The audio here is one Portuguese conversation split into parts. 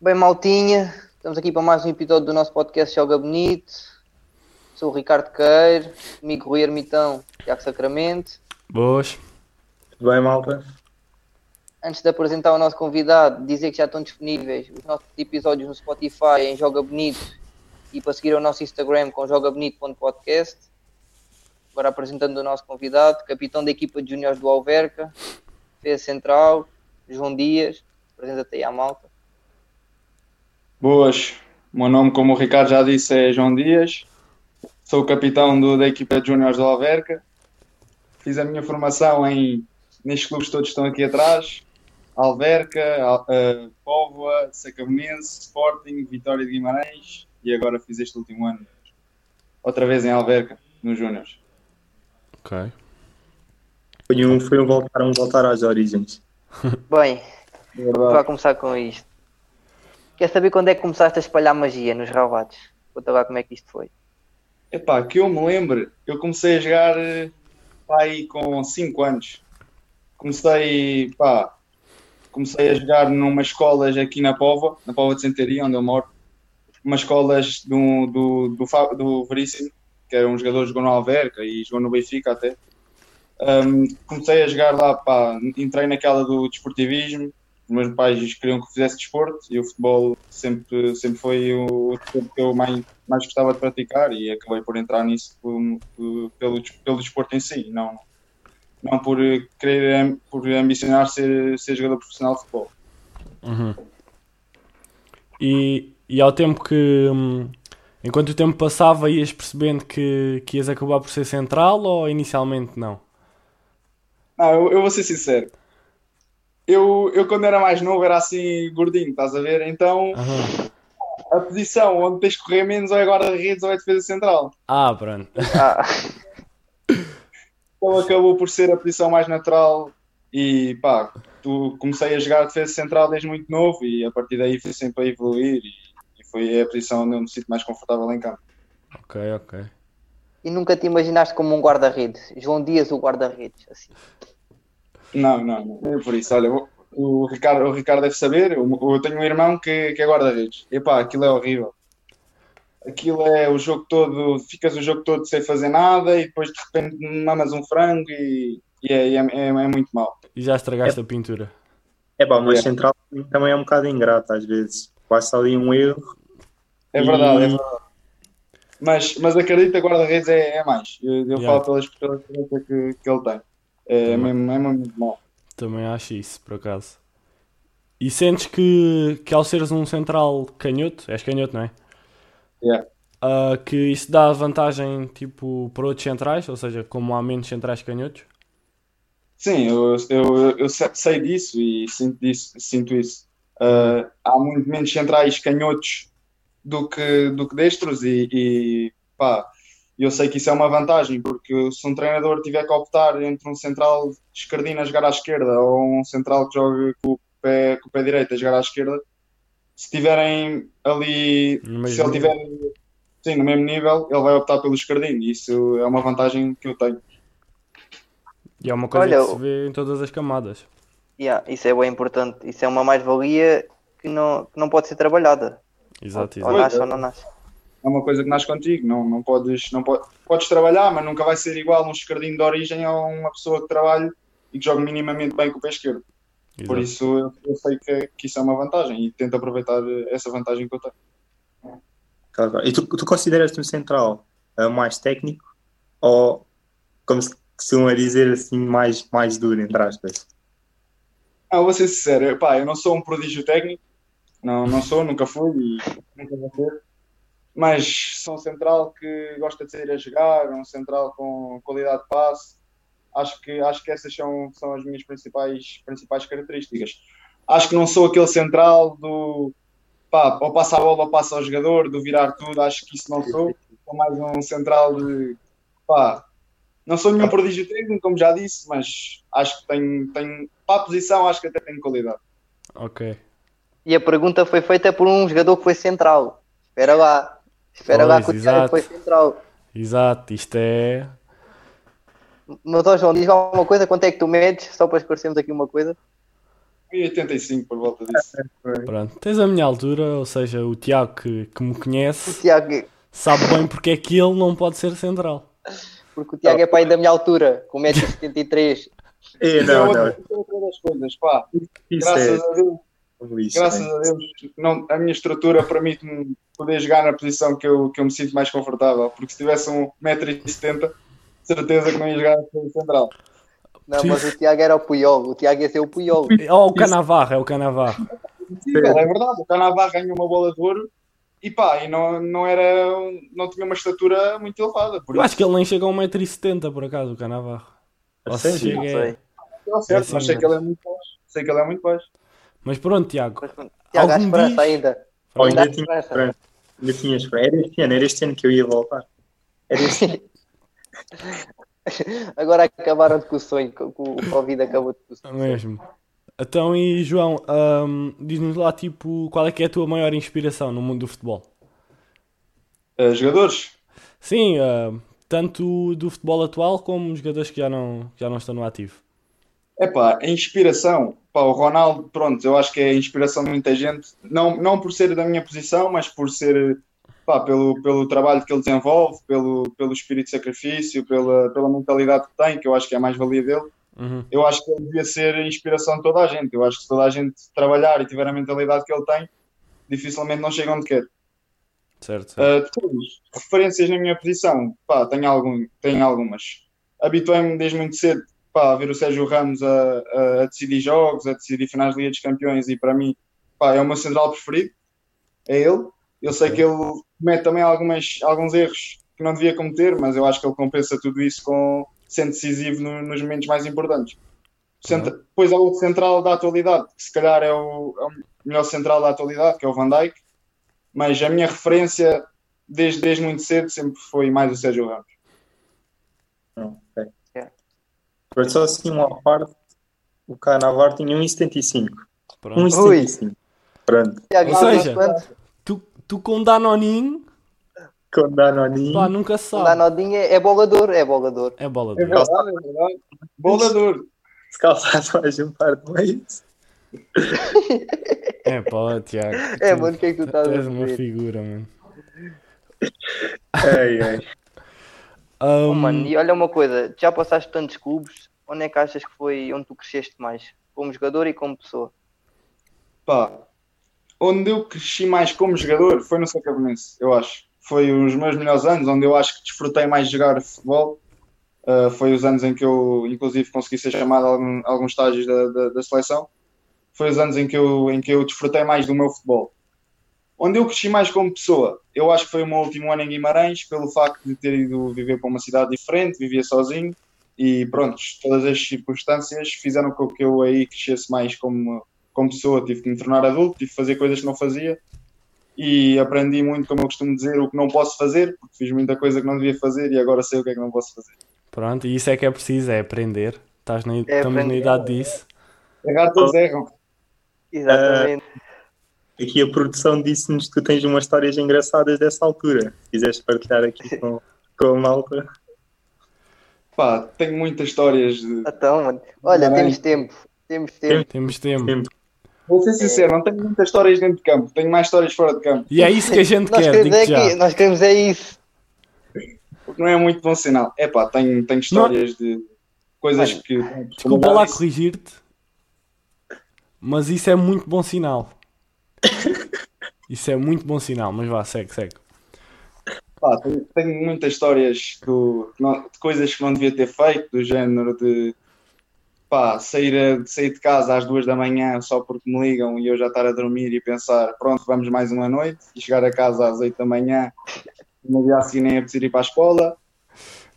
Bem, maltinha, estamos aqui para mais um episódio do nosso podcast Joga Bonito. Sou o Ricardo Queiro, amigo Rui Ermitão, Tiago Sacramento. Boas. Tudo bem, malta? Antes de apresentar o nosso convidado, dizer que já estão disponíveis os nossos episódios no Spotify em Joga Bonito e para seguir o nosso Instagram com jogabonito.podcast. Agora apresentando o nosso convidado, capitão da equipa de juniores do Alverca, Fez Central, João Dias, apresenta-te aí à malta. Boas, o meu nome, como o Ricardo já disse, é João Dias, sou capitão do- da equipa de Júniores do Alverca, fiz a minha formação em, nestes clubes todos que estão aqui atrás, Alverca, Al, eh, Póvoa, Sacabonense, Sporting, Vitória de Guimarães e agora fiz este último ano, outra vez em Alverca, nos Júniores. Ok. Foi um, foi um voltar, um voltar às origens. Bem, Vá começar com isto. Quer saber quando é que começaste a espalhar magia nos ravados? Conta lá como é que isto foi. Epá, que eu me lembro, eu comecei a jogar eh, pá, aí com 5 anos. Comecei, pá, comecei a jogar numas escolas aqui na Póvoa, na Póvoa de Sentaria, onde eu moro. Umas escolas do, do, do, Fá- do Veríssimo, que era um jogador que jogou no Alverca e jogou no Benfica até. Ahm, comecei a jogar lá, pá, entrei naquela do desportivismo. Os meus pais queriam que eu fizesse desporto e o futebol sempre, sempre foi o o desporto que eu mais mais gostava de praticar e acabei por entrar nisso por- por- pelo, des- pelo desporto em si, não, não por eh, querer am- por ambicionar ser, ser jogador profissional de futebol. Uhum. E, e ao tempo que. hum, Enquanto o tempo passava, ias percebendo que, que ias acabar por ser central ou inicialmente não? Não, eu, eu vou ser sincero. Eu, eu quando era mais novo era assim gordinho, estás a ver? Então Aham. a posição onde tens que correr menos ou é guarda-redes ou é defesa central. Ah, pronto. Ah, Então acabou por ser a posição mais natural e pá, tu comecei a jogar defesa central desde muito novo e a partir daí fui sempre a evoluir e, e foi é a posição onde eu me sinto mais confortável em campo. Ok, ok. e nunca te imaginaste como um guarda-redes. João Dias, o guarda-redes. Assim. Não, não, não, nem por isso. Olha, o- o Ricardo, o Ricardo deve saber, eu, eu tenho um irmão que, que é guarda-redes. Epá, aquilo é horrível. Aquilo é o jogo todo, ficas o jogo todo sem fazer nada e depois de repente mamas um frango e, e é, é, é- é muito mau. E já estragaste a pintura. É bom, mas É. central também é um bocado ingrato às vezes. Passa ali um erro. É verdade, é verdade. Mas, mas acredita, guarda-redes é, é mais. Eu, eu Yeah. falo pelas pela experiência que, que ele tem. É, mesmo, é mesmo muito mau. Também acho isso, por acaso. E sentes que, que ao seres um central canhoto, és canhoto, não é? Yeah. Ah, que isso dá vantagem tipo para outros centrais, ou seja, como há menos centrais canhotos? Sim, eu, eu, eu se- sei disso e sinto, disso, sinto isso. Ah, há muito menos centrais canhotos do que, do que destros e, e pá, eu sei que isso é uma vantagem, porque se um treinador tiver que optar entre um central esquerdino a jogar à esquerda ou um central que jogue com o pé, com o pé direito a jogar à esquerda, se tiverem ali, No mesmo se ele tiver sim, no mesmo nível, ele vai optar pelo esquerdino e isso é uma vantagem que eu tenho. E é uma coisa Olha, que se o- vê em todas as camadas. Yeah, isso é bem importante. Isso é uma mais-valia que não, que não pode ser trabalhada. Exato, Ou exato. Olha. nasce ou não nasce. é uma coisa que nasce contigo, não, não podes, não po- podes trabalhar, mas nunca vai ser igual um esquerdinho de origem a uma pessoa que trabalhe e que jogue minimamente bem com o pé esquerdo. Por Exato. isso eu, eu sei que, que isso é uma vantagem e tento aproveitar eh, essa vantagem que eu tenho. Claro. E tu, tu consideras-te um central eh, mais técnico ou, como se costumam dizer, assim, mais, mais duro, entre aspas? Ah, vou ser sincero, eu- pá, eu não sou um prodígio técnico, não, não sou, nunca fui e nunca vou ser, mas sou um central que gosta de sair a jogar, um central com qualidade de passe, acho que, acho que essas são, são as minhas principais, principais características. Acho que não sou aquele central do, pá, ou passa a bola ou passa ao jogador, do virar tudo, acho que isso não sou, sou mais um central de, pá, não sou nenhum prodígio técnico, como já disse, mas acho que tenho, tenho para a posição, acho que até tenho qualidade. Ok. E a pergunta foi feita por um jogador que foi central. Espera lá. Espera lá Pois, que o Tiago exato. foi central. Exato, isto é. Mas, ó João, diz lá uma coisa. Quanto é que tu medes? Só para esclarecermos aqui uma coisa. 1,85 por volta É, disso. Pronto, tens a minha altura, ou seja, o Tiago que, que me O conhece Tiago, é- sabe bem porque é que ele não pode ser central. porque o Tiago é pai da minha altura, com 1,73m. É, não, não. Isso é outra das coisas, pá. Isso Graças é. a Deus, Isso, graças é. a Deus não, a minha estrutura permite-me poder jogar na posição que eu, que eu me sinto mais confortável, porque se tivesse um 1,70m, certeza que não ia jogar na central. Não, mas o Tiago era o Puyol, o Tiago ia ser o Puyol. Oh, o Canavarro, é o Canavarro. Possível, é verdade. O Canavá ganhou uma bola de ouro e pá, e não, não era, um- não tinha uma estatura muito elevada. Por Eu isso, acho que ele nem chega a 1,70m por acaso, o Canavarro. A Ou se sério? chega- Não sei. é- deu certo, assim, mas sei né? que ele é muito baixo. Sei que ele é muito baixo. Mas pronto, Tiago. Mas, Tiago, há Algum esperança dia- ainda. Oh, Ainda há ainda, tinha, esperança. esperança. ainda tinha esperança. Era este ano, era este ano que eu ia voltar. Era este ano. Agora acabaram de com o sonho, com com o Covid acabou de com o sonho. Mesmo. Então, e João, ahm, diz-nos lá, tipo, qual é que é a tua maior inspiração no mundo do futebol? Eh, jogadores, Sim, ahm, tanto do futebol atual como jogadores que já não, que já não estão no ativo. é pá, a inspiração. Pá, o Ronaldo, pronto, eu acho que é a inspiração de muita gente. Não, não por ser da minha posição, mas por ser, pá, pelo, pelo trabalho que ele desenvolve, pelo, pelo espírito de sacrifício, pela, pela mentalidade que tem, que eu acho que é a mais-valia dele. Uhum. eu acho que ele devia ser a inspiração de toda a gente. Eu acho que se toda a gente trabalhar e tiver a mentalidade que ele tem, dificilmente não chega onde quer. Certo, certo. Ah, depois, referências na minha posição, pá, tenho, algum, tenho algumas. Habituei-me desde muito cedo pá, a ver o Sérgio Ramos a, a- a decidir jogos, a decidir finais de Liga dos Campeões e para mim pá, é o meu central preferido, é ele. Eu sei que ele comete também algumas, alguns erros que não devia cometer, mas eu acho que ele compensa tudo isso com sendo decisivo no- nos momentos mais importantes. Cent- Depois há o central da atualidade, que se calhar é o, é o melhor central da atualidade, que é o Van Dijk mas a minha referência desde, desde muito cedo sempre foi mais o Sérgio Ramos. Não, ok. É. Mas Só assim, uma parte, o Canavar tinha Eh, 1,75. Pronto. 1,75. Pronto. Tiago, Ou não seja, quanto? Tu, tu com Danoninho, Com Danoninho. pá, nunca se O sabe. Lanodinho é, é bolador, é bolador. É bola de É ouro. verdade, é verdade. Bolador. Se calhar faz um par de meios. É pá, Tiago. É, tu- mano, o que é que tu tu estás a és uma dizer? figura, mano. Ai, ai. Oh, Ahm, mano, e olha uma coisa, já passaste tantos clubes, onde é que achas que foi onde tu cresceste mais? Como jogador e como pessoa? Pá, onde eu cresci mais como jogador foi no Sacabonense, eu acho. Foi os meus melhores anos, onde eu acho que desfrutei mais de jogar futebol. Uh, foi os anos em que eu, inclusive, consegui ser chamado a algum- a alguns estágios da, da, da seleção. Foi os anos em que, eu, em que eu desfrutei mais do meu futebol. Onde eu cresci mais como pessoa, eu acho que foi o meu último ano em Guimarães, pelo facto de ter ido viver para uma cidade diferente, vivia sozinho e pronto, todas as circunstâncias fizeram com que eu aí crescesse mais como, como pessoa, tive que me tornar adulto, tive que fazer coisas que não fazia e aprendi muito, como eu costumo dizer, o que não posso fazer, porque fiz muita coisa que não devia fazer e agora sei o que é que não posso fazer. Pronto, e isso é que é preciso, é aprender. Estás na, É estamos na aprender. idade disso. Errar todos erram. Exatamente. Eh, Aqui a produção disse-nos que tu tens umas histórias engraçadas dessa altura. Se quiseres partilhar aqui com, com a malta. Pá, tenho muitas histórias. De... Então, mano, olha, Bem. temos tempo, temos tempo. é? Temos tempo. Tempo. Vou ser sincero, não tenho muitas histórias dentro de campo, tenho mais histórias fora de campo, E é isso que a gente Nós quer, queremos, digo é já. que, nós queremos é isso. o que não é muito bom sinal. É pá, tenho, tenho histórias de coisas Mano, que. Desculpa lá Isso- corrigir-te, mas isso é muito bom sinal. Isso é muito bom sinal, mas vá, segue, segue. Pá, tenho, tenho muitas histórias do- não- de coisas que não devia ter feito, do género de pá, sair, a- de sair de casa às duas da manhã só porque me ligam e eu já estar a dormir e pensar, pronto, vamos mais uma noite, e chegar a casa às oito da manhã e no dia a seguir nem é preciso ir para a escola.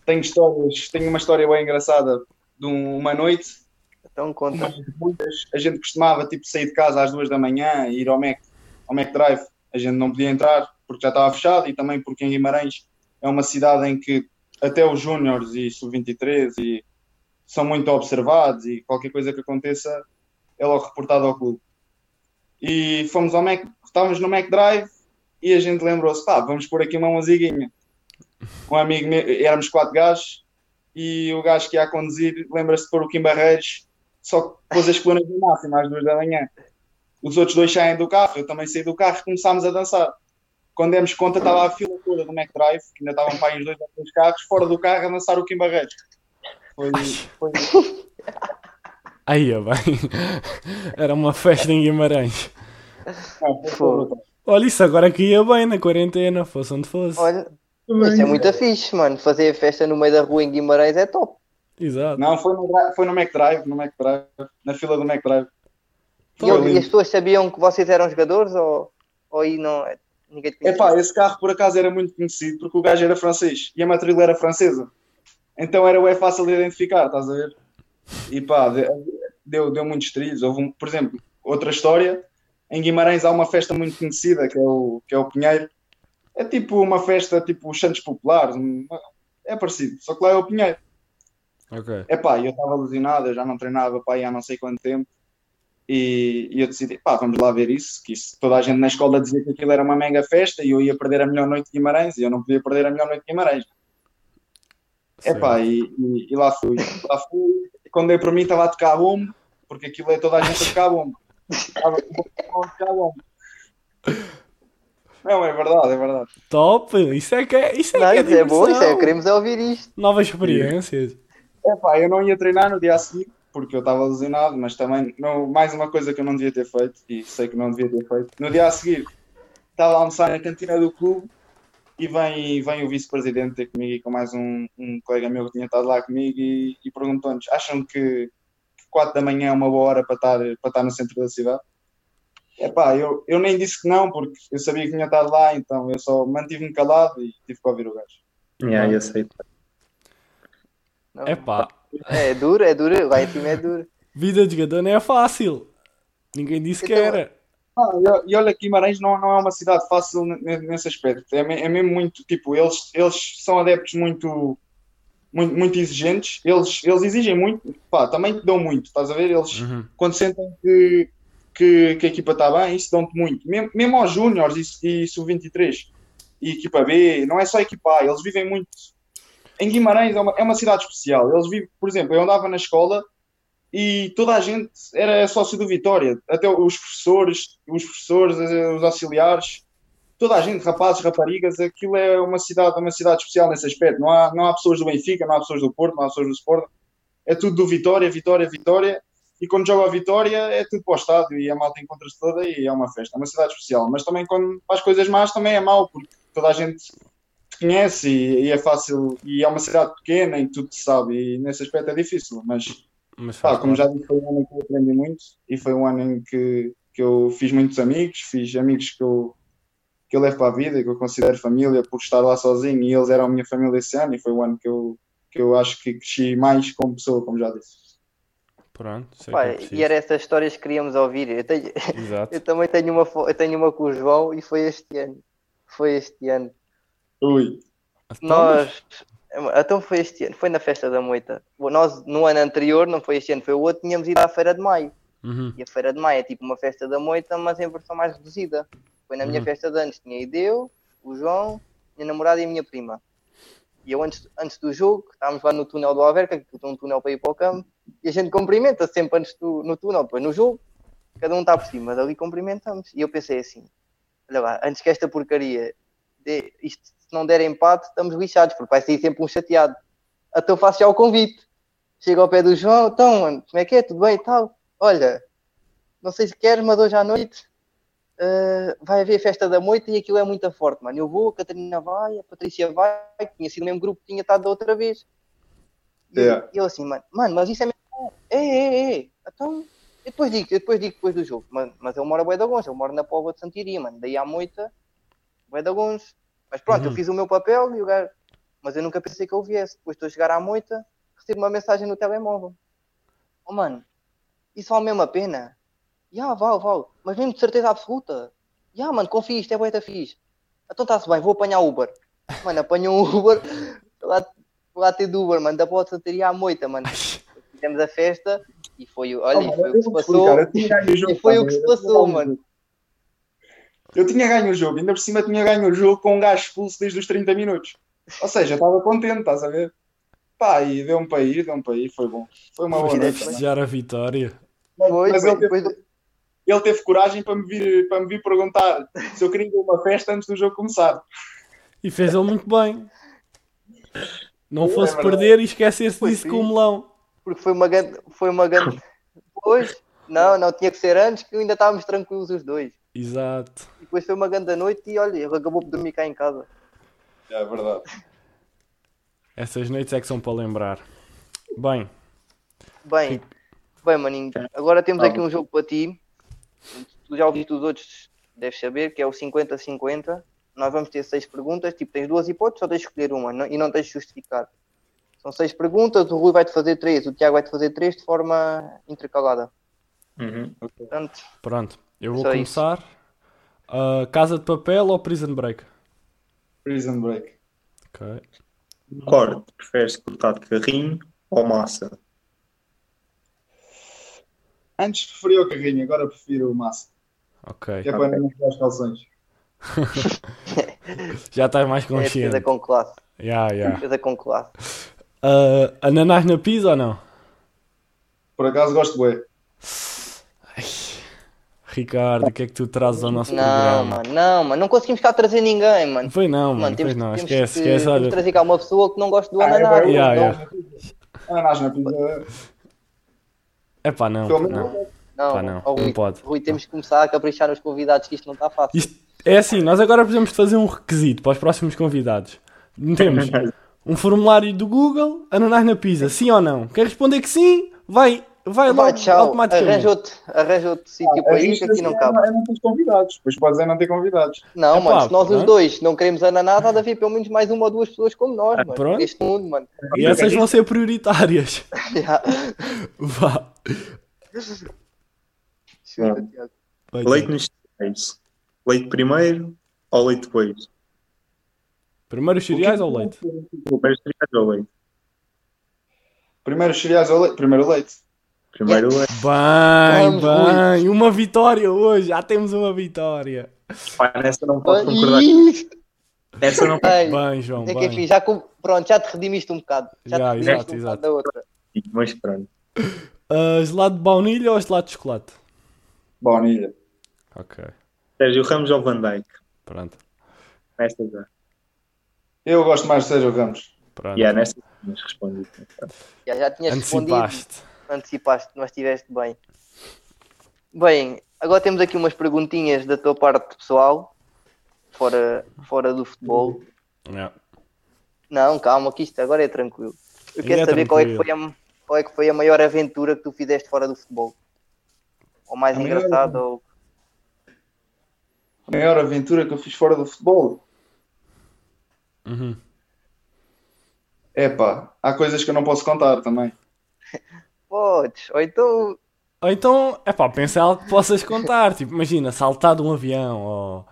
Tenho histórias, tenho uma história bem engraçada de um- uma noite Então conta. a gente costumava tipo sair de casa às duas da manhã e ir ao Mac, ao Mac Drive. A gente não podia entrar porque já estava fechado e também porque em Guimarães é uma cidade em que até os júniores e sub-23 e são muito observados e qualquer coisa que aconteça é logo reportado ao clube. E fomos ao Mac, estávamos no Mac Drive e a gente lembrou-se, pá, vamos pôr aqui uma musiquinha. Um amigo meu, éramos quatro gajos e o gajo que ia a conduzir lembra-se de pôr o Kim Barreiros Só que depois as colunas do máximo às duas da manhã. Os outros dois saem do carro, eu também saí do carro e começámos a dançar. Quando demos conta, estava a fila toda do Mac Drive, que ainda estavam para aí os dois ou três carros, fora do carro a dançar o Kim Barreiros. Foi, foi, Aí, ó, bem. Era uma festa em Guimarães. não, foi foda, pá. Olha, isso agora que ia bem na quarentena, fosse onde fosse. Olha, isso é muito fixe, mano. Fazer festa no meio da rua em Guimarães é top. Exato. Não, foi no, dri- foi no Mac Drive, no Mac Drive, na fila do Mac Drive. E, Foi e as lindo. pessoas sabiam que vocês eram jogadores ou, ou aí não? é, Ninguém te conhecia? Epá, esse carro por acaso era muito conhecido porque o gajo era francês e a matrícula era francesa. Então era bem fácil de identificar, estás a ver? E pá, de- deu, deu muitos trilhos. Houve, um- por exemplo, outra história. Em Guimarães há uma festa muito conhecida que é o, que é o Pinheiro. É tipo uma festa tipo os Santos Populares. um- É parecido, só que lá é o Pinheiro. Ok. Epá, É eu estava lesionado, eu já não treinava pá, aí há não sei quanto tempo. E, e eu decidi, pá, vamos lá ver isso. Que isso, toda a gente na escola dizia que aquilo era uma mega festa e eu ia perder a melhor noite de Guimarães e eu não podia perder a melhor noite de Guimarães. Epá, e, e, e lá fui. Lá fui. E Quando eu para mim estava a tocar bombo, porque aquilo é toda a gente a tocar bombo. Estava a tocar bombo. Não, é verdade, é verdade. Top! Isso é que é. Isso é, Não, que é isso é bom, isso é, diversão. queremos é ouvir isto. Novas experiências. Epá, eu não ia treinar no dia a seguir porque eu estava lesionado, mas também não, mais uma coisa que eu não devia ter feito e sei que não devia ter feito. No dia a seguir estava a almoçar na cantina do clube e vem, vem o vice-presidente ter comigo e com mais um, um colega meu que tinha estado lá comigo e, e perguntou-nos: acham que 4 da manhã é uma boa hora para estar, para estar no centro da cidade? Epá, eu, eu nem disse que não porque eu sabia que tinha estado lá, então eu só mantive-me calado e tive que ouvir o gajo. Yeah, eu sei. Não. É pá. É duro, é duro, vai em cima é duro. Vida de jogador não é fácil. Ninguém disse que Então, era. Ah, e- e olha que Guimarães não, não é uma cidade fácil ne- ne- nesse aspecto. É, me- é mesmo muito, tipo, eles, eles são adeptos muito, muito, muito exigentes. Eles, eles exigem muito, pá, também te dão muito, estás a ver? Eles, Uhum. quando sentem que, que, que a equipa está bem, isso dão-te muito. Mesmo, mesmo aos júniores e, e sub-23 e equipa B, não é só equipa A, eles vivem muito. Em Guimarães é uma, é uma cidade especial. Eles vivem, por exemplo, eu andava na escola e toda a gente era sócio do Vitória, até os professores, os professores, eh, os auxiliares, toda a gente, rapazes, raparigas, aquilo é uma cidade, uma cidade especial nesse aspecto. Não há, não há pessoas do Benfica, não há pessoas do Porto, não há pessoas do Sporting, é tudo do Vitória, Vitória, Vitória. E quando joga a Vitória é tudo para o estádio e a malta encontra-se toda e é uma festa, é uma cidade especial. Mas também quando faz coisas más também é mau, porque toda a gente te conhece e, e é fácil, e é uma cidade pequena e tudo se sabe, e nesse aspecto é difícil, mas Mas Pá, faz como parte. já disse, foi um ano em que eu aprendi muito e foi um ano em que, que eu fiz muitos amigos, fiz amigos que eu, que eu levo para a vida e que eu considero família por estar lá sozinho e eles eram a minha família esse ano e foi um ano que eu, que eu acho que cresci mais como pessoa, como já disse. Pronto, sei Pá, que é preciso. e era essas histórias que queríamos ouvir. Eu, tenho- Exato. eu também tenho uma, fo- eu tenho uma com o João e foi este ano. Foi este ano. Ui, Então, mas- Nós. Então foi este ano, foi na festa da moita. Nós, no ano anterior, não foi este ano, foi o outro, tínhamos ido à Feira de Maio. Uhum. E a Feira de Maio é tipo uma festa da moita, mas em versão mais reduzida. Foi na minha Uhum. festa de anos. Tinha ido eu, o João, minha namorada e a minha prima. E eu, antes, antes do jogo, estávamos lá no túnel do Alverca, que tem um túnel para ir para o campo, e a gente cumprimenta sempre antes do, no túnel, depois no jogo, cada um está por cima, dali cumprimentamos. E eu pensei assim: olha lá, antes que esta porcaria, dê, isto, se não der empate, estamos lixados, porque vai sair sempre um chateado. Até eu faço já o convite. Chego ao pé do João, então, mano, como é que é? Tudo bem e tal? Olha, não sei se queres, mas hoje à noite eh, vai haver festa da moita e aquilo é muito forte, mano. Eu vou, a Catarina vai, a Patrícia vai, que tinha sido o mesmo grupo que tinha estado da outra vez. E Yeah. eu assim, mano, mano, mas isso é mesmo. bom. É, é, é. Então, eu depois digo, eu depois digo depois do jogo. Mas, mas eu moro a Boeda Gonça, eu moro na Póvoa de Santiria, mano. Daí à moita, Boeda Gonça. Mas pronto, Uhum. eu fiz o meu papel e o gajo. Mas eu nunca pensei que eu viesse. Depois estou a chegar à moita, recebo uma mensagem no telemóvel. Oh mano, isso vale mesmo a pena? Já, vale, vale. Mas mesmo de certeza absoluta. Já, mano, confia, isto é boeta fixe. Então está-se bem, vou apanhar Uber. Mano, apanhou um Uber. Lá, lá ter do Uber, mano, da Póvoa de Santiria à moita, mano. Fizemos a festa e foi, olha, e Ah, foi eu o que se vou-te passou. explicar, eu tinha ganho o jogo, E foi o pá, que se eu- passou, mano. Eu tinha ganho o jogo, ainda por cima tinha ganho o jogo com um gajo expulso desde os 30 minutos. Ou seja, eu estava contente, estás a ver? Pá, e deu-me para ir, deu-me para ir, foi bom. Foi uma boa Foste noite. né? festejar a vitória. Pois, pois, é Mas ele depois do- Ele teve coragem para me vir, para me vir perguntar se eu queria ir a uma festa antes do jogo começar. E fez ele muito bem. Não É fosse verdade. perder e esquecer-se Pois disso sim. com o melão. porque foi uma grande. Foi uma grande. Pois, não, não tinha que ser antes, que ainda estávamos tranquilos os dois. Exato. E depois foi uma grande noite e olha, ele acabou por dormir cá em casa. É verdade. Essas noites é que são para lembrar. Bem, Bem, bem, maninho, agora temos Tá aqui um jogo para ti. Tu já ouviste os outros, deves saber, que é o 50-50. Nós vamos ter seis perguntas, tipo, tens duas hipóteses, só tens de escolher uma não- e não tens de justificar. São seis perguntas, o Rui vai-te fazer três, o Tiago vai-te fazer três de forma intercalada. Uhum. Portanto, pronto. Eu vou Só isso. começar. Ah, Casa de Papel ou Prison Break? Prison Break. Ok. Corte, preferes cortar de carrinho ou massa? Antes preferia o carrinho, agora prefiro o massa. Ok. Que é para não tirar os calções. Já estás mais é defesa consciente. com classe. Yeah, yeah. Defesa com classe. Ah, ananás na pizza ou não? Por acaso gosto bem. Ricardo, o que é que tu trazes ao nosso Não, programa? mano, não, mano, não conseguimos cá trazer ninguém, mano. Foi não, mano. Mano, temos, Foi não. temos Esquece, que, esquece. temos que Olha, trazer cá uma pessoa que não gosta do Ah, é ananás. bem, yeah, não, yeah. Ananás na Ah, pizza. É pá, não. Pelo não. menos ah, Não, Pá, não, ó, Rui, não pode. Rui, temos que começar a caprichar nos convidados, que isto não está fácil. Isto é assim, nós agora precisamos de fazer um requisito para os próximos convidados. Temos um formulário do Google, ananás na pizza, sim ou não? Quer responder que sim, vai, vai Vai, é logo tchau. automaticamente. Arranja outro, arranja outro Ah, sítio é para ir, que aqui não cabe. Eu não tenho convidados. Pois podes é não ter convidados. Não, Epá, mano, se nós não é? os dois não queremos ananás, há de haver pelo menos mais uma ou duas pessoas como nós, mano. Ah, pronto. Neste mundo, mano. E essas vão ser prioritárias. Ah. Já. Vá. Chuta, Tiago. Vai, Leite Tiago. nos cereais. Leite primeiro ou leite depois? Primeiro os cereais é ou leite? Primeiro os cereais ou leite? Primeiro os cereais ou leite? Primeiro o leite. Primeiro leite. Bem, Vamos, Rui. bem. Uma vitória hoje, já temos uma vitória. Pá, nessa não posso concordar. Ih, Nessa não posso ai, Bem, João, É que enfim, bem. já, com- pronto, já te redimiste um bocado. Já, Já, te redimiste exato, um exato. bocado da outra. mas pronto. Ah, gelado de baunilha ou gelado de chocolate? Baunilha. Ok, Sérgio Ramos ou Van Dijk? pronto, Nesta já. Eu gosto mais de Sérgio Ramos. pronto. Yeah, nesta mas respondi. Já, já tinhas respondido. Antecipaste. antecipaste, mas estiveste bem. Bem, agora temos aqui umas perguntinhas da tua parte pessoal, fora, fora do futebol. Yeah. Não, calma, que isto agora é tranquilo. Eu Ainda quero é saber qual é, que tranquilo. foi a, qual é que foi a maior aventura que tu fizeste fora do futebol. Ou mais A maior- engraçado, ou A maior aventura que eu fiz fora do futebol. Uhum. Epá, há coisas que eu não posso contar também. podes, ou então Ou então, é pá, pensa em algo que possas contar. Tipo, imagina, saltar de um avião ou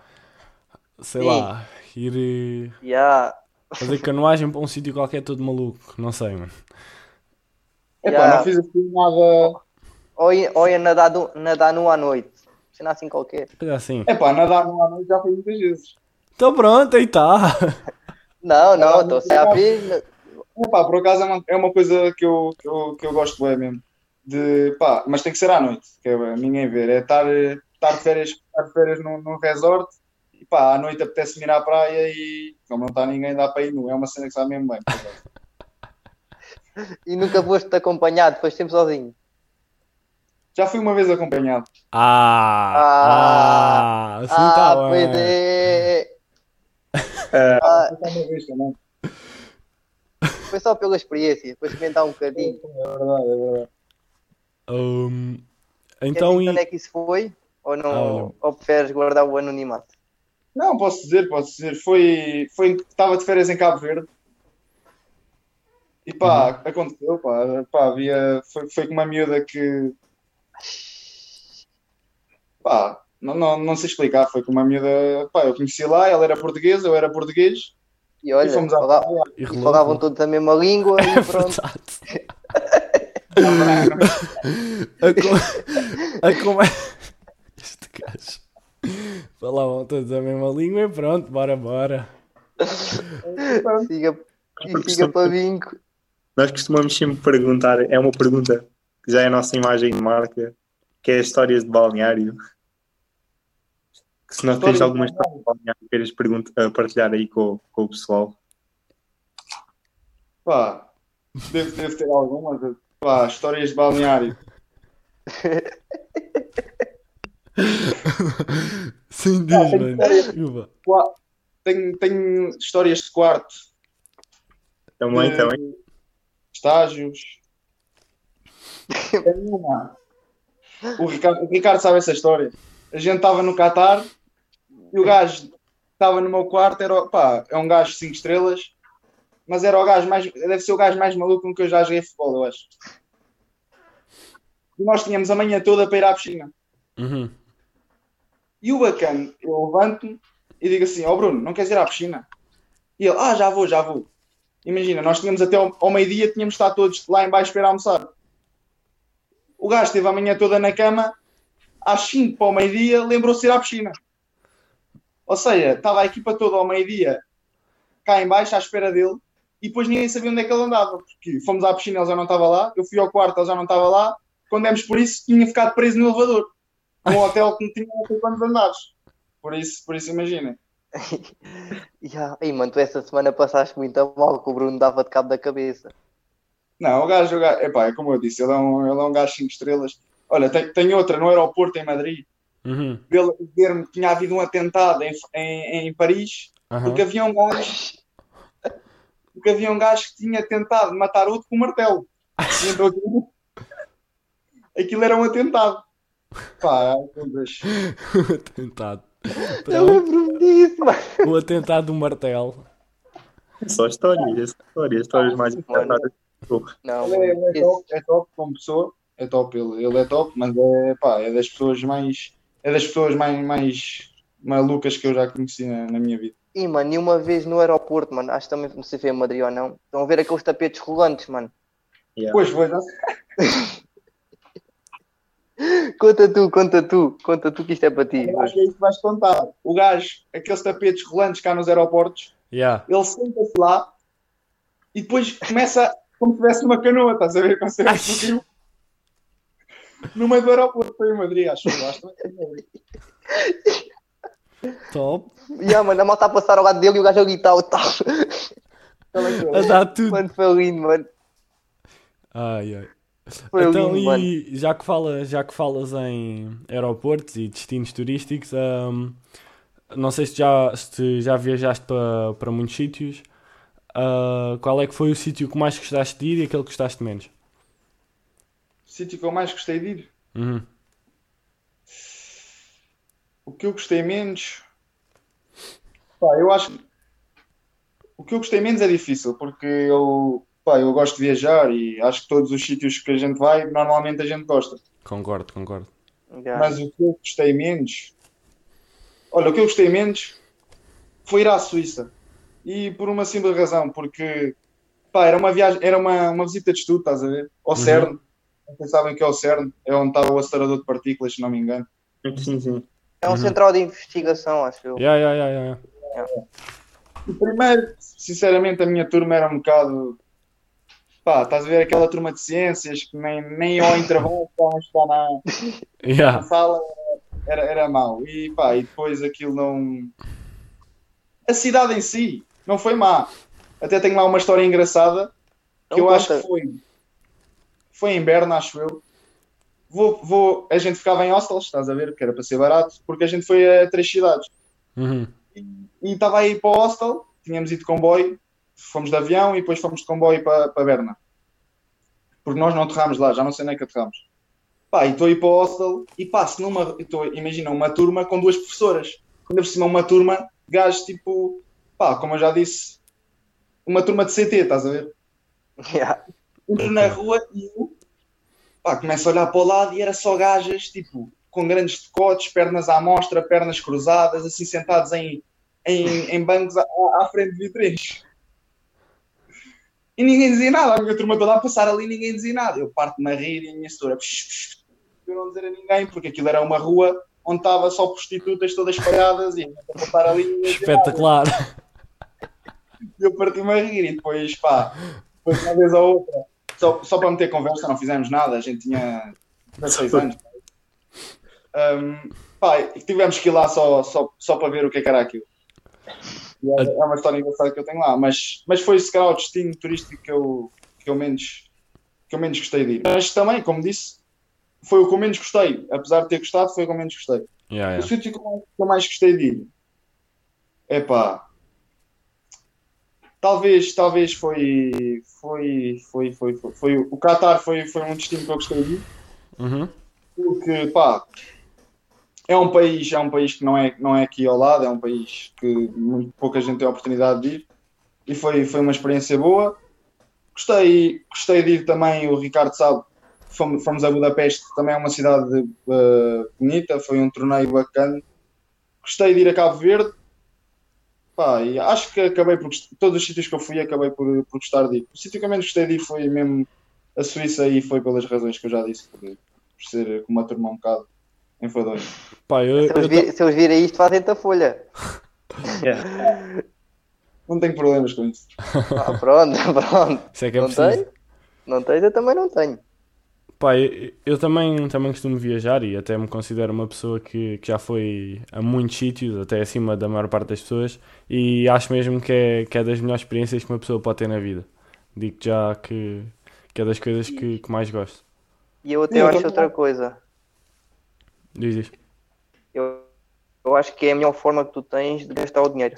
sei Sim. lá, ir eh, já, fazer canoagem para um sítio qualquer todo maluco. Não sei, mano. Epá, Yeah. não fiz assim nada. ou, ir- ou ir nadar, do, nadar nu à noite. Cena assim qualquer. Mas é assim. Epá, nadar numa noite já foi muitas vezes. Então pronto, aí tá. está. Não, não, estou sem abrir. Epá, por acaso é uma, é uma coisa que eu, que eu, que eu gosto bem mesmo. De, pá, mas tem que ser à noite, que é, ninguém ver. É estar, eh, estar de férias, estar de férias num, num resort e pá, à noite apetece-me ir à praia e como não está ninguém dá para ir nu. É uma cena que está mesmo bem. por acaso. E nunca foste acompanhado, depois sempre sozinho. Já fui uma vez acompanhado. Ah, ah, assim ah, está pois bem. é. Só Uma vez também. Ah, Foi só pela experiência, para experimentar um bocadinho. É verdade, é verdade. Hum, Então, então, quando é e... que isso foi? Ou Ah, não? olha. ou preferes guardar o anonimato? Não, posso dizer, posso dizer. Foi, foi, estava de férias em Cabo Verde. E pá, aconteceu, pá, pá havia, foi, foi com uma miúda que, pá, não, não, não sei explicar, foi com uma miúda, pá, eu conheci lá, ela era portuguesa, eu era português, E olha, e fomos à fala- praia. e e relou- falavam todos a mesma língua É e pronto. verdade. A, con- a conversa. Este gajo. Falavam todos a mesma língua e pronto, bora, bora. Siga, e siga para bingo. Nós costumamos sempre perguntar, é uma pergunta que já é a nossa imagem de marca, que é histórias de balneário. Que se não tens Histórias de alguma história de balneário que queiras pergunt- eh, partilhar aí com, o- com o pessoal. Pá, devo, devo ter algumas. Pá, histórias de balneário. Sim, diz, Ah, mano. Desculpa. Qua- Tenho, tenho histórias de quarto, Também, Eh, também. estágios. Tenho uma. O Ricardo, o Ricardo sabe essa história. A gente estava no Qatar e o gajo estava no meu quarto. Era, o- pá, é um gajo de 5 estrelas, mas era o gajo mais. Deve ser o gajo mais maluco com que eu já joguei futebol, eu acho. E nós tínhamos a manhã toda para ir à piscina. Uhum. E o bacana, eu levanto-me e digo assim: Ó Bruno, não queres ir à piscina? E ele: Ah, já vou, já vou. Imagina, nós tínhamos até ao, ao meio-dia, tínhamos de estar todos lá em baixo para ir almoçar. O gajo esteve a manhã toda na cama, às 5 para o meio-dia, lembrou-se de ir à piscina. Ou seja, estava a equipa toda ao meio-dia cá em baixo à espera dele e depois ninguém sabia onde é que ele andava, porque fomos à piscina, ele já não estava lá, eu fui ao quarto, ele já não estava lá, quando demos por isso, tinha ficado preso no elevador num hotel que não tinha não sei quantos andares. Por isso, por isso imaginem. Ya, Ei, mano, tu essa semana passaste muito a mal que o Bruno dava de cabo da cabeça. Não, o gajo, o gajo epá, é como eu disse, ele é um, ele é um gajo 5 estrelas. Olha, tem, tem outra no aeroporto em Madrid. Uhum. Dele dizer-me que tinha havido um atentado em, em, em Paris, Aham. porque havia um gajo. Porque havia um gajo que tinha tentado matar outro com um martelo. E Então, aquilo- aquilo era um atentado. Pá, é um coisas. O atentado. Eu lembro-me disso, mano. O atentado do martelo. é Só histórias, só histórias, histórias mais engraçadas. Não, Ele é, mano, ele é esquece. top, é top como pessoa, é top, ele, ele é top, mas é, pá, é das pessoas mais é das pessoas mais, mais malucas que eu já conheci na, na minha vida. E, mano, e uma vez no aeroporto, mano, acho que também não sei se foi em Madrid ou não. Estão a ver aqueles tapetes rolantes, mano. Yeah. Pois pois, Conta tu, conta tu, conta tu que isto é para ti. acho que é isso que vais contar. O gajo, aqueles tapetes rolantes cá nos aeroportos, Yeah. ele senta-se lá e depois começa como se tivesse uma canoa, estás a ver? Como se tivesse um rio. no meio do aeroporto, foi em Madrid, acho eu, acho. que- Top. Ya, mano, a malta a passar ao lado dele e o gajo a gritar o tal. A dar tudo. Mano, foi lindo, mano. Ai, ai. Foi então, lindo, e mano. já, que fala, já que falas em aeroportos e destinos turísticos, hum, não sei se já, se tu já viajaste para, para muitos sítios. Ah, qual é que foi o sítio que mais gostaste de ir e aquele que gostaste menos? O sítio que eu mais gostei de ir. Uhum. O que eu gostei menos. Pá, eu acho que. O que eu gostei menos é difícil, porque eu, pá, eu gosto de viajar e acho que todos os sítios que a gente vai, normalmente a gente gosta. Concordo, concordo. Ya. Mas o que eu gostei menos. Olha, o que eu gostei menos foi ir à Suíça. E por uma simples razão, porque pá, era uma viagem, era uma, uma visita de estudo, estás a ver? Ao Uhum. CERN. Vocês sabem o que é o CERN? É onde está o acelerador de partículas, se não me engano. Sim, sim. É um central de investigação, acho eu. Yeah, yeah, yeah, yeah. O Primeiro, sinceramente, a minha turma era um bocado. Pá, estás a ver aquela turma de ciências que nem, nem ao intervalo estavam a estudar na, na Yeah. sala, era, era mau. E pá, e depois aquilo não. A cidade em si não foi má. Até tenho lá uma história engraçada que Não eu acho conta. que foi. Foi em Berna, acho eu. Vou, vou, a gente ficava em hostels, estás a ver, que era para ser barato, porque a gente foi a três cidades Uhum. e estava aí para o hostel, tínhamos ido de comboio, fomos de avião e depois fomos de comboio para, para Berna. Porque nós não aterramos lá, já não sei nem que aterramos. Pá, e estou aí para o hostel e passo numa, e tô- imagina, uma turma com duas professoras. Ainda por cima uma turma de gajos tipo, pá, como eu já disse, uma turma de CT, estás a ver? Ya. Entro na rua e eu, pá, começo a olhar para o lado e era só gajas, tipo, com grandes decotes, pernas à mostra, pernas cruzadas, assim sentados em, em, em bancos à, à frente de vitrinhos. E ninguém dizia nada, a minha turma toda a passar ali ninguém dizia nada. Eu parto-me a rir e a minha senhora, "Psh, psh, psh", eu não dizer a ninguém, porque aquilo era uma rua onde estava só prostitutas todas espalhadas e a gente a passar ali. e ninguém dizia nada. Espetacular. E eu parti-me a rir e depois, pá, Foi uma vez ou outra. Só, só para meter conversa, não fizemos nada, a gente tinha 16 anos. Um, pá, e tivemos que ir lá só, só, só para ver o que é que era aquilo. E é, é uma história engraçada que eu tenho lá, mas, mas foi se calhar o destino turístico que eu, que eu menos que eu menos gostei de ir. Mas também, como disse, foi o que eu menos gostei. Apesar de ter gostado, foi o que eu menos gostei. Yeah, O yeah. sítio que eu- que eu mais gostei de ir. Epá. Talvez, talvez foi. Foi. Foi. Foi. foi, foi- o Qatar foi, foi um destino que eu gostei de ir. Uhum. Porque, pá. É um país, é um país que não é, não é aqui ao lado, é um país que muito pouca gente tem a oportunidade de ir. E foi, foi uma experiência boa. Gostei, gostei de ir também, o Ricardo sabe, fomos, fomos a Budapeste, também é uma cidade eh, bonita, foi um torneio bacana. Gostei de ir a Cabo Verde. Pá, e acho que acabei por gost- todos os sítios que eu fui acabei por, por gostar de ir. O sítio que eu menos gostei de ir foi mesmo a Suíça e foi pelas razões que eu já disse, por, por ser com uma turma um bocado enfadonha. Pá, eu, Se eles, eu, vi- se eles virem isto, fazem-te a folha. Yeah. Não tenho problemas com isso. Ah, pronto, pronto. isso é que é Não preciso. tens? Não tens? Eu também não tenho. Pá, eu, eu também, também costumo viajar e até me considero uma pessoa que, que já foi a muitos sítios, até acima da maior parte das pessoas, e acho mesmo que é, que é das melhores experiências que uma pessoa pode ter na vida. Digo já que, que é das coisas que, que mais gosto. E eu até Sim, eu acho também. outra coisa. Diz isto. Eu, eu acho que é a melhor forma que tu tens de gastar o dinheiro.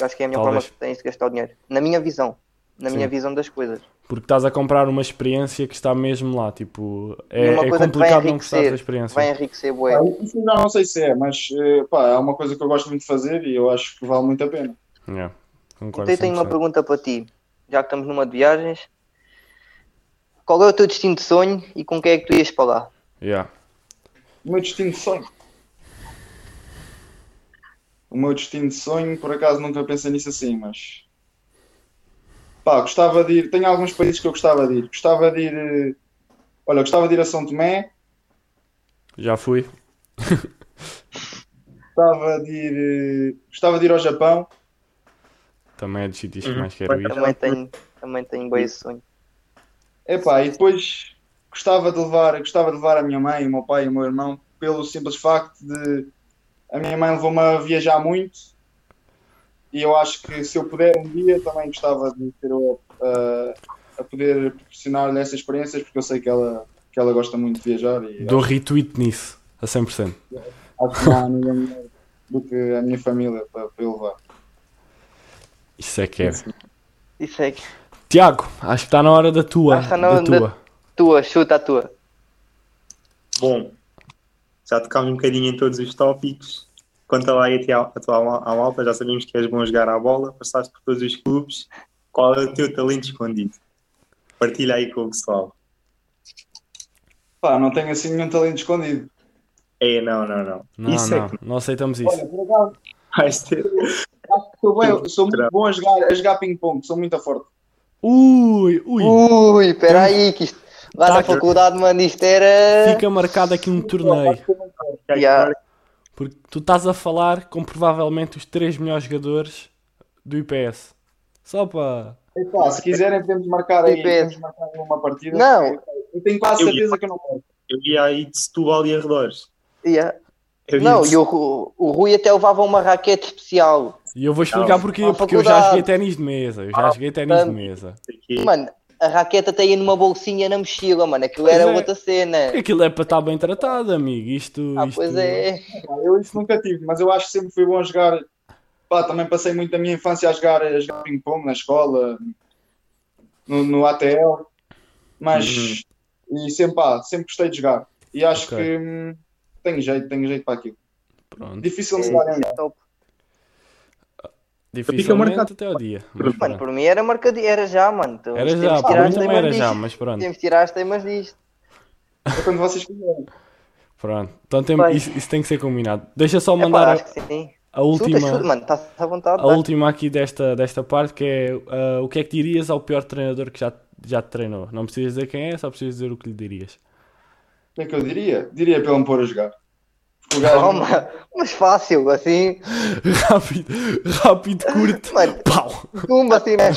Eu acho que é a melhor Talvez. forma que tens de gastar o dinheiro. Na minha visão. Na Sim. minha visão das coisas. Porque estás a comprar uma experiência que está mesmo lá, tipo, E é, uma é coisa que vai complicado não gostar da enriquecer, experiência. Vai enriquecer, bué. Pá, Isso eu já não sei se é, mas eh, pá, é uma coisa que eu gosto muito de fazer e eu acho que vale muito a pena. Yeah, concordo Então eu tenho uma 100%. pergunta para ti, já que estamos numa de viagens. Qual é o teu destino de sonho e com quem é que tu ias para lá? Yeah. O meu destino de sonho. O meu destino de sonho, por acaso nunca pensei nisso assim, mas. Pá, gostava de ir. Tenho alguns países que eu gostava de ir. Gostava de ir. eh, Olha, gostava de ir a São Tomé, Já fui. gostava de ir. eh, Gostava de ir ao Japão. Também é dos sítios que Uhum. mais quero ir. Também tenho, também tenho bem esse sonho. Epá, e depois gostava de levar, gostava de levar a minha mãe, o meu pai e o meu irmão, pelo simples facto de a minha mãe levou-me a viajar muito e eu acho que se eu puder um dia também gostava de ter o- a, a poder proporcionar-lhe essas experiências porque eu sei que ela, que ela gosta muito de viajar e Dou retweet nisso, a 100%. acho que não há ninguém melhor do que a minha família para, para eu levar. Isso é que é. Isso é que Tiago, acho que está na hora da tua. Acho que está na hora da da- tua. tua, chuta a tua. Bom, já tocámos um bocadinho em todos os tópicos. Quanto a lá e a ti- a tua al- à malta, já sabemos que és bom a jogar à bola, passaste por todos os clubes. Qual é o teu talento escondido? Partilha aí com o pessoal. Pá, não tenho assim nenhum talento escondido. É, não, não, não. Não, Isso não, é que não aceitamos Olha, isso. por acaso, vais ter. sou, bem- sou muito bom a jogar, a jogar ping-pong, sou muito forte. Ui, ui. Ui, espera aí, que isto... Lá Tá na aqui. faculdade, mano, isto era... Fica marcado aqui um torneio. Yeah. Porque tu estás a falar com provavelmente os três melhores jogadores do IPS. Só para. Epá, se quiserem podemos marcar aí, Depende. podemos marcar aí uma partida. Não. Eu tenho quase Eu- certeza que eu não perco. Eu ia aí de Setúbal e arredores. Yeah. Eu ia Não, de- e o, Ru- o Rui até levava uma raquete especial. E eu vou explicar Não, porquê. à Porque eu já faculdade. joguei ténis de mesa. Eu já joguei ténis de portanto. mesa. aqui. Mano, a raquete até ia numa bolsinha na mochila, mano. Aquilo era Pois é. outra cena. Aquilo é para estar bem tratado, amigo. Isto. Ah, isto... pois é. Pá, Eu isso nunca tive, mas eu acho que sempre fui bom a jogar. Pá, também passei muito a minha infância a jogar, a jogar ping-pong na escola, no, no ATL, mas e sempre, pá, sempre gostei de jogar. E acho Ok. que hum, tenho jeito, tenho jeito para aquilo. Pronto. Difícil de jogar ainda. Top. Dificilmente marcado. até ao dia. Mas Mano, pronto. por mim era marcadinho. Era já, mano. Então, Era temos já, que por tirar um mim as também temas era já, disto. mas pronto. Temos que tirar as temas disto. É quando vocês quiserem. Pronto. Então tem- Bem. isso, isso tem que ser combinado. Deixa só É mandar acho a- que sim. a, última. Chuta, chuta, mano. Estás à vontade. né? A última aqui desta, desta parte que é ah, o que é que dirias ao pior treinador que já, já te treinou? Não precisas dizer quem é, só precisas dizer o que lhe dirias. O que é que eu diria? Diria para ele me pôr a jogar. Porque o gajo- Calma. Mas fácil, assim. rápido, rápido, curto, Mano. pau! Pumba, assim, né?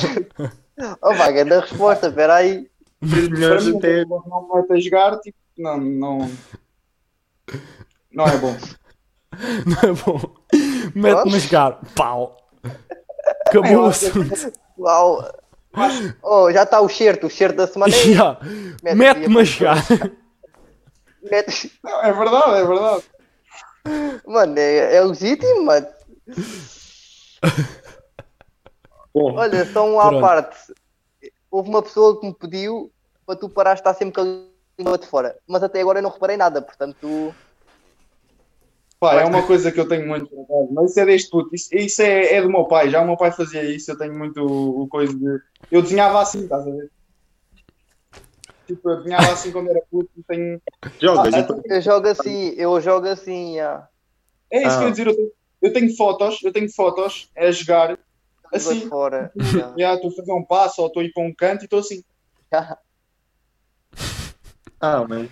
Oh, vaga, da resposta, peraí. 3 Para milhões mim, até. não não vai para jogar, tipo, não, não, não é bom. Não é bom. Mete-me a jogar. Pau. Acabou o assunto. Uau. Oh, já está o certo, o certo da semana. é- Já. Mete-me a jogar. Mete- Não, é verdade, é verdade. Mano, é, é legítimo, mano. Bom, Olha, só um à Pronto. parte. Houve uma pessoa que me pediu para tu parares de estar sempre com a língua de fora. Mas até agora eu não reparei nada, portanto. Pá, é uma coisa que eu tenho muito, por acaso, mas isso é deste puto, isso, isso é, é do meu pai, já o meu pai fazia isso, eu tenho muito o, o coisa de... Eu desenhava assim, estás a ver? Tipo, eu desenhava assim quando era puto, e tenho... jogas Ah, então. Eu jogo assim, eu jogo assim, já. É isso Ah. que eu ia dizer, eu tenho, eu tenho fotos, eu tenho fotos a jogar, Língua de Assim. fora. já. já estou a fazer um passo, ou estou a ir para um canto e estou assim. Já. Ah, mano.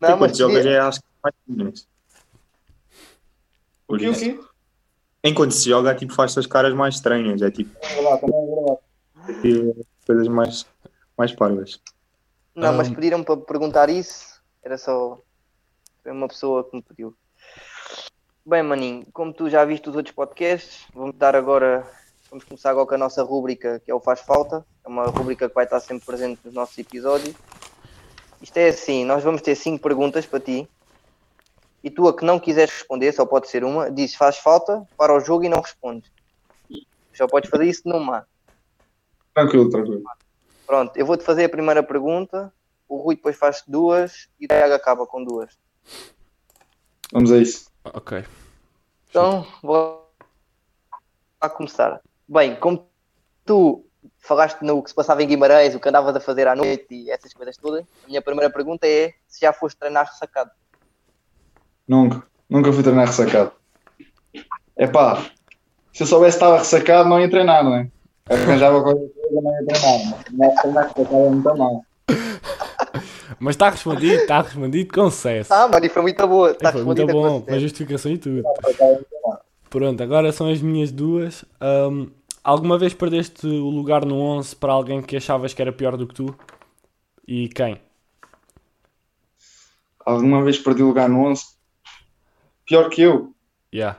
Não, Tipo, mas de jogas podia- é acho que mais finas. O que, o quê? Enquanto se joga, tipo, faz as caras mais estranhas. É tipo, É verdade, também é verdade. tipo, coisas mais, mais parvas. não, mas Ahm. pediram para perguntar isso. Era só foi uma pessoa que me pediu. Bem, maninho, como tu já viste os outros podcasts, vamos dar agora. Vamos começar agora com a nossa rúbrica, que é o Faz Falta. É uma rúbrica que vai estar sempre presente nos nossos episódios. Isto é assim, nós vamos ter cinco perguntas para ti. E tu a que não quiseres responder, só pode ser uma, dizes faz falta, para o jogo e não respondes. Só podes fazer isso numa. Tranquilo, tranquilo. Pronto, eu vou-te fazer a primeira pergunta, o Rui depois faz duas e o Tiago acaba com duas. Vamos a isso. Ok. Então, vou lá começar. Bem, como tu falaste no que se passava em Guimarães, o que andavas a fazer à noite e essas coisas todas, a minha primeira pergunta é se já foste treinar ressacado. Nunca, nunca fui treinar ressacado. É pá, se eu soubesse que estava ressacado, não ia treinar, não é? Arranjava qualquer coisa, não ia treinar. Mas não ia treinar ressacado é muito mal. Mas está respondido, está respondido, concesso. Ah, mano, e foi muito boa. Está Foi muito respondida com bom, com a certeza. justificação e tudo. Pronto, agora são as minhas duas. Ahm, alguma vez perdeste o lugar no 11 para alguém que achavas que era pior do que tu? E quem? Alguma vez perdi lugar no 11? Pior que eu? Yeah.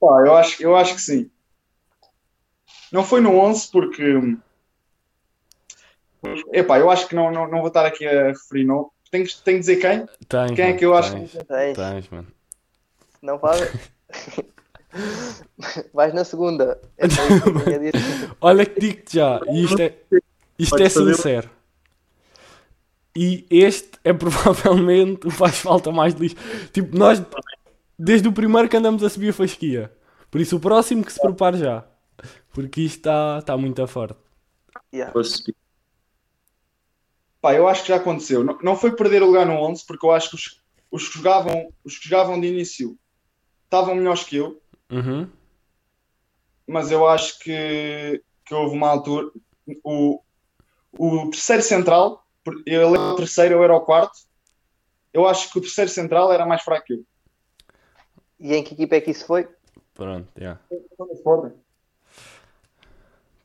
Pá, eu acho, eu acho que sim. Não foi no 11 porque... hum, Epá, eu acho que não, não, não vou estar aqui a referir, não. Tenho que, tenho que dizer quem? Tens, Quem é mano, que eu acho tens, que- Tens, Tens, mano. Não faz. Vais na segunda. É só isso que eu tinha a dizer. Olha que digo-te já, e isto é, isto é Podes fazer- um- sincero. E este é provavelmente o faz falta mais de lixo. Tipo, nós desde o primeiro que andamos a subir a fasquia. Por isso o próximo que se prepare já. Porque isto está está muito a forte. Yeah. Fosse- Pá, eu acho que já aconteceu. Não, não foi perder o lugar no 11, porque eu acho que os, os que jogavam, os que jogavam de início estavam melhores que eu, Uhum. mas eu acho que, que houve uma altura. O, o terceiro central, por- ele era o terceiro, eu era o quarto. Eu acho que o terceiro central era mais fraco que eu. E em que equipa é que isso foi? Pronto, já.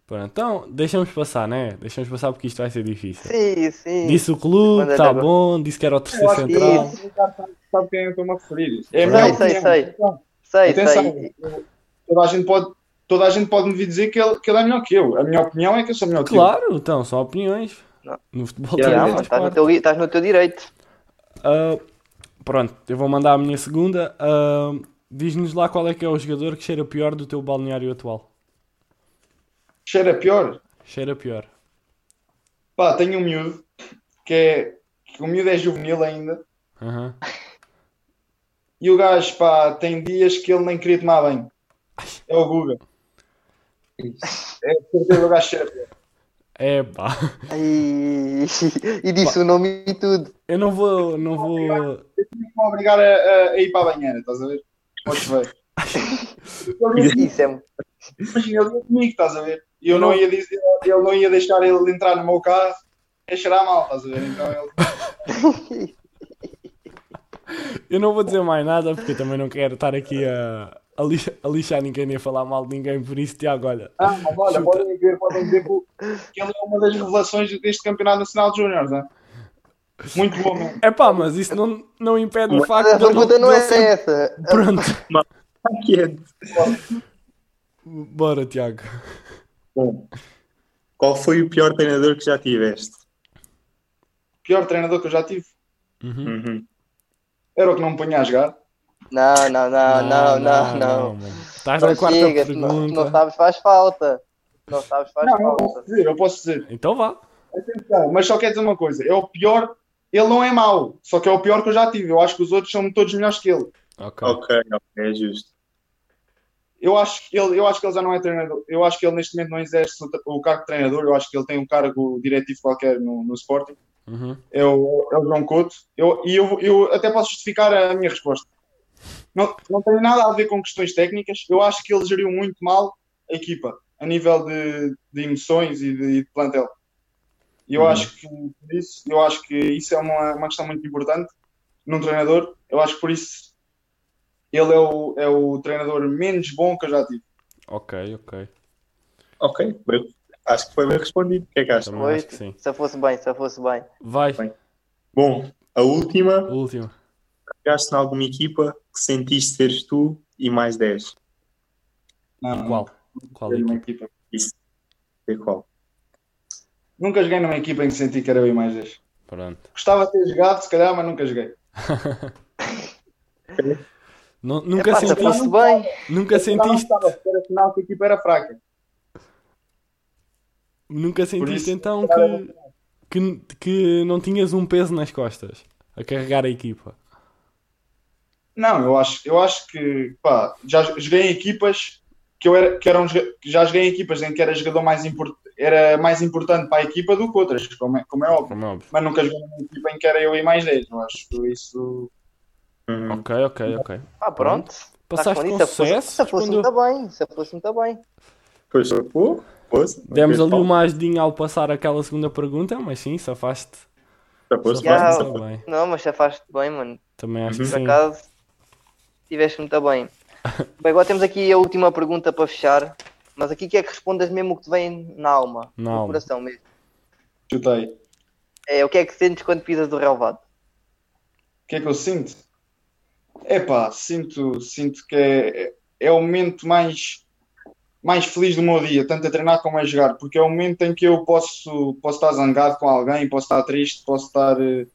Pronto, então deixamos passar, né? Deixamos passar porque isto vai ser difícil. Sim, sim. Disse o clube, Manda está agora. bom, disse que era o Eu terceiro acho que central. isso. o Ricardo sabe- sabe quem eu estou-me a referir. É a Sei, minha sei, opinião. sei. Sei, Atenção, sei. toda a gente pode, toda a gente pode me vir dizer que ele, que ele é melhor que eu. A minha opinião é que eu sou melhor que ele. Claro, então, são opiniões. Não. No futebol Já, também Não, mas faz mas estás no, parte. teu, estás no teu direito. Ah, pronto, eu vou mandar a minha segunda. Ah, Diz-nos lá qual é que é o jogador que cheira pior do teu balneário atual. Cheira pior. Cheira pior. Pá, tenho um miúdo que é. que o miúdo é juvenil ainda. Aham. E o gajo, pá, tem dias que ele nem queria tomar banho. É o Guga. É de certeza o gajo cheira pior. É pá. E, e disse o nome e tudo. Eu não vou. Não vou. Vão obrigar a, a- a ir para a banheira, estás a ver? Podes ver. Ele ia- Isso é. Imagina, ele ia comigo, estás a ver? E eu não Não. ia dizer, ele não ia deixar ele entrar no meu carro. É cheirar mal, estás a ver? Então ele. Eu não vou dizer mais nada porque eu também não quero estar aqui a, a, lixa, a lixar ninguém nem a falar mal de ninguém, por isso, Tiago, olha. Ah, mas olha, podem ver, podem ver que que ele é uma das revelações deste Campeonato Nacional de Júniores, né? Muito bom, mano. É pá, mas isso não, não impede o A facto de. pergunta não é- ele era ser- essa. Pronto, Quieto. bora, Tiago. Bom, qual foi o pior treinador que já tiveste? Pior treinador que eu já tive Uhum. Uhum. era o que não me punha a jogar. Não, não, não, Ah, não, não, não. mano. Estás na Não quarta chega, tu não, tu pergunta. não tá- sabes faz falta. Tu Não sabes faz Não, eu posso falta. dizer, eu posso dizer. Então vá. Atenção, mas só quer dizer uma coisa: é o pior. Ele não é mau, só que é o pior que eu já tive. Eu acho que os outros são todos melhores que ele. Ok. Ok, ok, é justo. Eu acho que ele, eu acho que ele já não é treinador. Eu acho que ele neste momento não exerce o, o cargo de treinador. Eu acho que ele tem um cargo diretivo qualquer no, no Sporting. Uhum. É o, é o João Couto. Eu, e eu, eu até posso justificar a minha resposta. Não, não tem nada a ver com questões técnicas. Eu acho que ele geriu muito mal a equipa, a nível de, de emoções e de, e de plantel. E eu Uhum. acho que por isso, eu acho que isso é uma, uma questão muito importante num treinador. Eu acho que por isso ele é o, é o treinador menos bom que eu já tive. Ok, ok. Ok, bem- acho que foi bem respondido. O que é que achas? Também Foi. acho que sim. Se eu fosse bem, se eu fosse bem. Vai, Bem. Bom, a última, último. pegaste em alguma equipa que sentiste seres tu e mais 10. Não, Qual? Qual nunca joguei é? numa equipa. Sei qual. Nunca joguei numa equipa em que senti que era eu e mais dez. Pronto. Gostava de ter jogado, se calhar, mas nunca joguei. Nu- nunca Epá, tá se eu sentiste, fosse bem, nunca sentiste, Não, não, era sinal que a equipa era fraca. nunca sentiste isso, então que, que, que não tinhas um peso nas costas a carregar a equipa. Não, eu acho, eu acho que pá, já joguei em equipas que eu era, que eram, joga- que já joguei em equipas em que era jogador mais import, era mais importante para a equipa do que outras, como é, como é óbvio. Como é óbvio. Mas nunca joguei numa equipa em que era eu e mais 10. Eu acho que isso. Hum. Uhum. Ok, ok, Tá ok. pá, pronto. Passaste Respondi, com se eu fosse- sucesso. Se eu fosse respondeu- muito bem, se eu fosse muito bem. Pois, pô, pois, Demos ok, ali pá, uma ajudinha ao passar aquela segunda pergunta, mas sim, safaste. já pôs, safaste Já, pá, muito bem. Não, mas se te bem, mano. Também acho que Uhum. Por sim. acaso, estiveste muito bem. Bem, agora temos aqui a última pergunta para fechar. Mas aqui quer que respondas mesmo o que te vem na alma, Na no alma. coração mesmo. Chutei. O É, o que é que sentes quando pisas do relvado? que é que eu sinto? Epá, sinto, sinto que é, é o momento mais, mais feliz do meu dia, tanto a treinar como a jogar, porque é o momento em que eu posso, posso estar zangado com alguém, posso estar triste, posso estar, eh,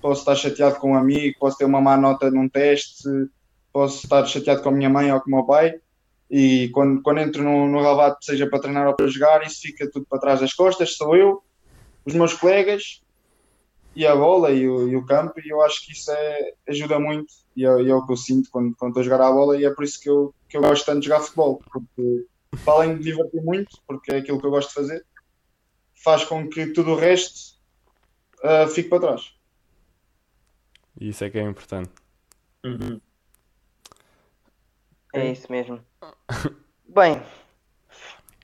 posso estar chateado com um amigo, posso ter uma má nota num teste, posso estar chateado com a minha mãe ou com o meu pai. E quando, quando entro no, no relvado, seja para treinar ou para jogar, isso fica tudo para trás das costas, sou eu, os meus colegas e a bola e o, e o campo, e eu acho que isso é, ajuda muito, e é, e é o que eu sinto quando, quando estou a jogar à bola, e é por isso que eu, que eu gosto tanto de jogar futebol, porque para além de me divertir muito, porque é aquilo que eu gosto de fazer, faz com que tudo o resto ah, fique para trás. Isso é que é importante. uhum. É Hum. isso mesmo. Bem,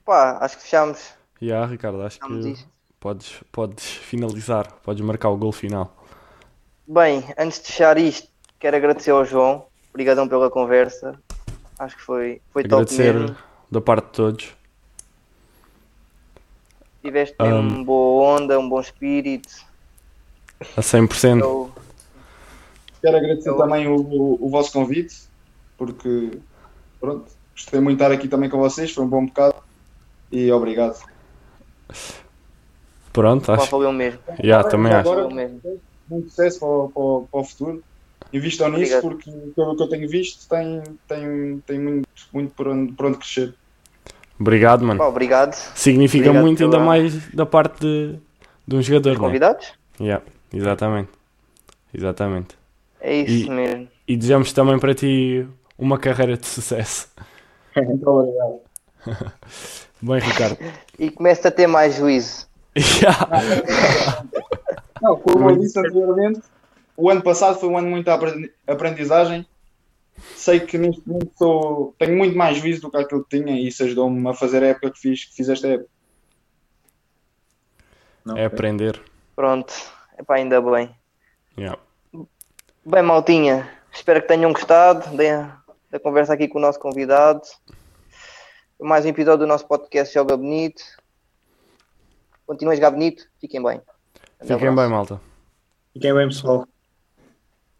pá, acho que fechámos, E ah, Ricardo, acho fechámos que isto. podes, podes finalizar, podes marcar o gol final. Bem, antes de fechar isto, quero agradecer ao João. Obrigadão pela conversa. Acho que foi, foi top Agradecer mesmo. da parte de todos. Tiveste mesmo Um, uma boa onda, um bom espírito. A 100%. Eu- Quero agradecer Eu- também o, o, o vosso convite, porque pronto, gostei muito de estar aqui também com vocês, foi um bom bocado e obrigado. Pronto, Pá, acho que. valeu mesmo. Yeah, também acho. Agora- Valeu mesmo. Muito sucesso para, o- para, o- para o futuro. Invistam nisso Obrigado. porque pelo que eu tenho visto tem, tem, tem muito, muito por, onde, por onde crescer. Obrigado, mano. Pá, obrigado. Significa Obrigado muito, ainda pela- mais da parte de, de um jogador, não é? Convidados? Yeah, exatamente. Exatamente. É isso E- mesmo. E desejamos também para ti uma carreira de sucesso. Muito obrigado. Bem, Ricardo. E começa a ter mais juízo. Yeah. Não, como eu disse anteriormente, o ano passado foi um ano de muita aprendi- aprendizagem. Sei que neste momento sou- tenho muito mais juízo do que aquilo que tinha e isso ajudou-me a fazer a época que fiz, que fiz esta época. Não, É ok. aprender. Pronto. Epá, ainda bem. Yeah. Bem, maltinha. Espero que tenham gostado. Deem, esta conversa aqui com o nosso convidado. Mais um episódio do nosso podcast Joga Bonito. Continuem a jogar bonito, fiquem bem. Até ao Fiquem próximo. bem, malta. Fiquem bem, é pessoal.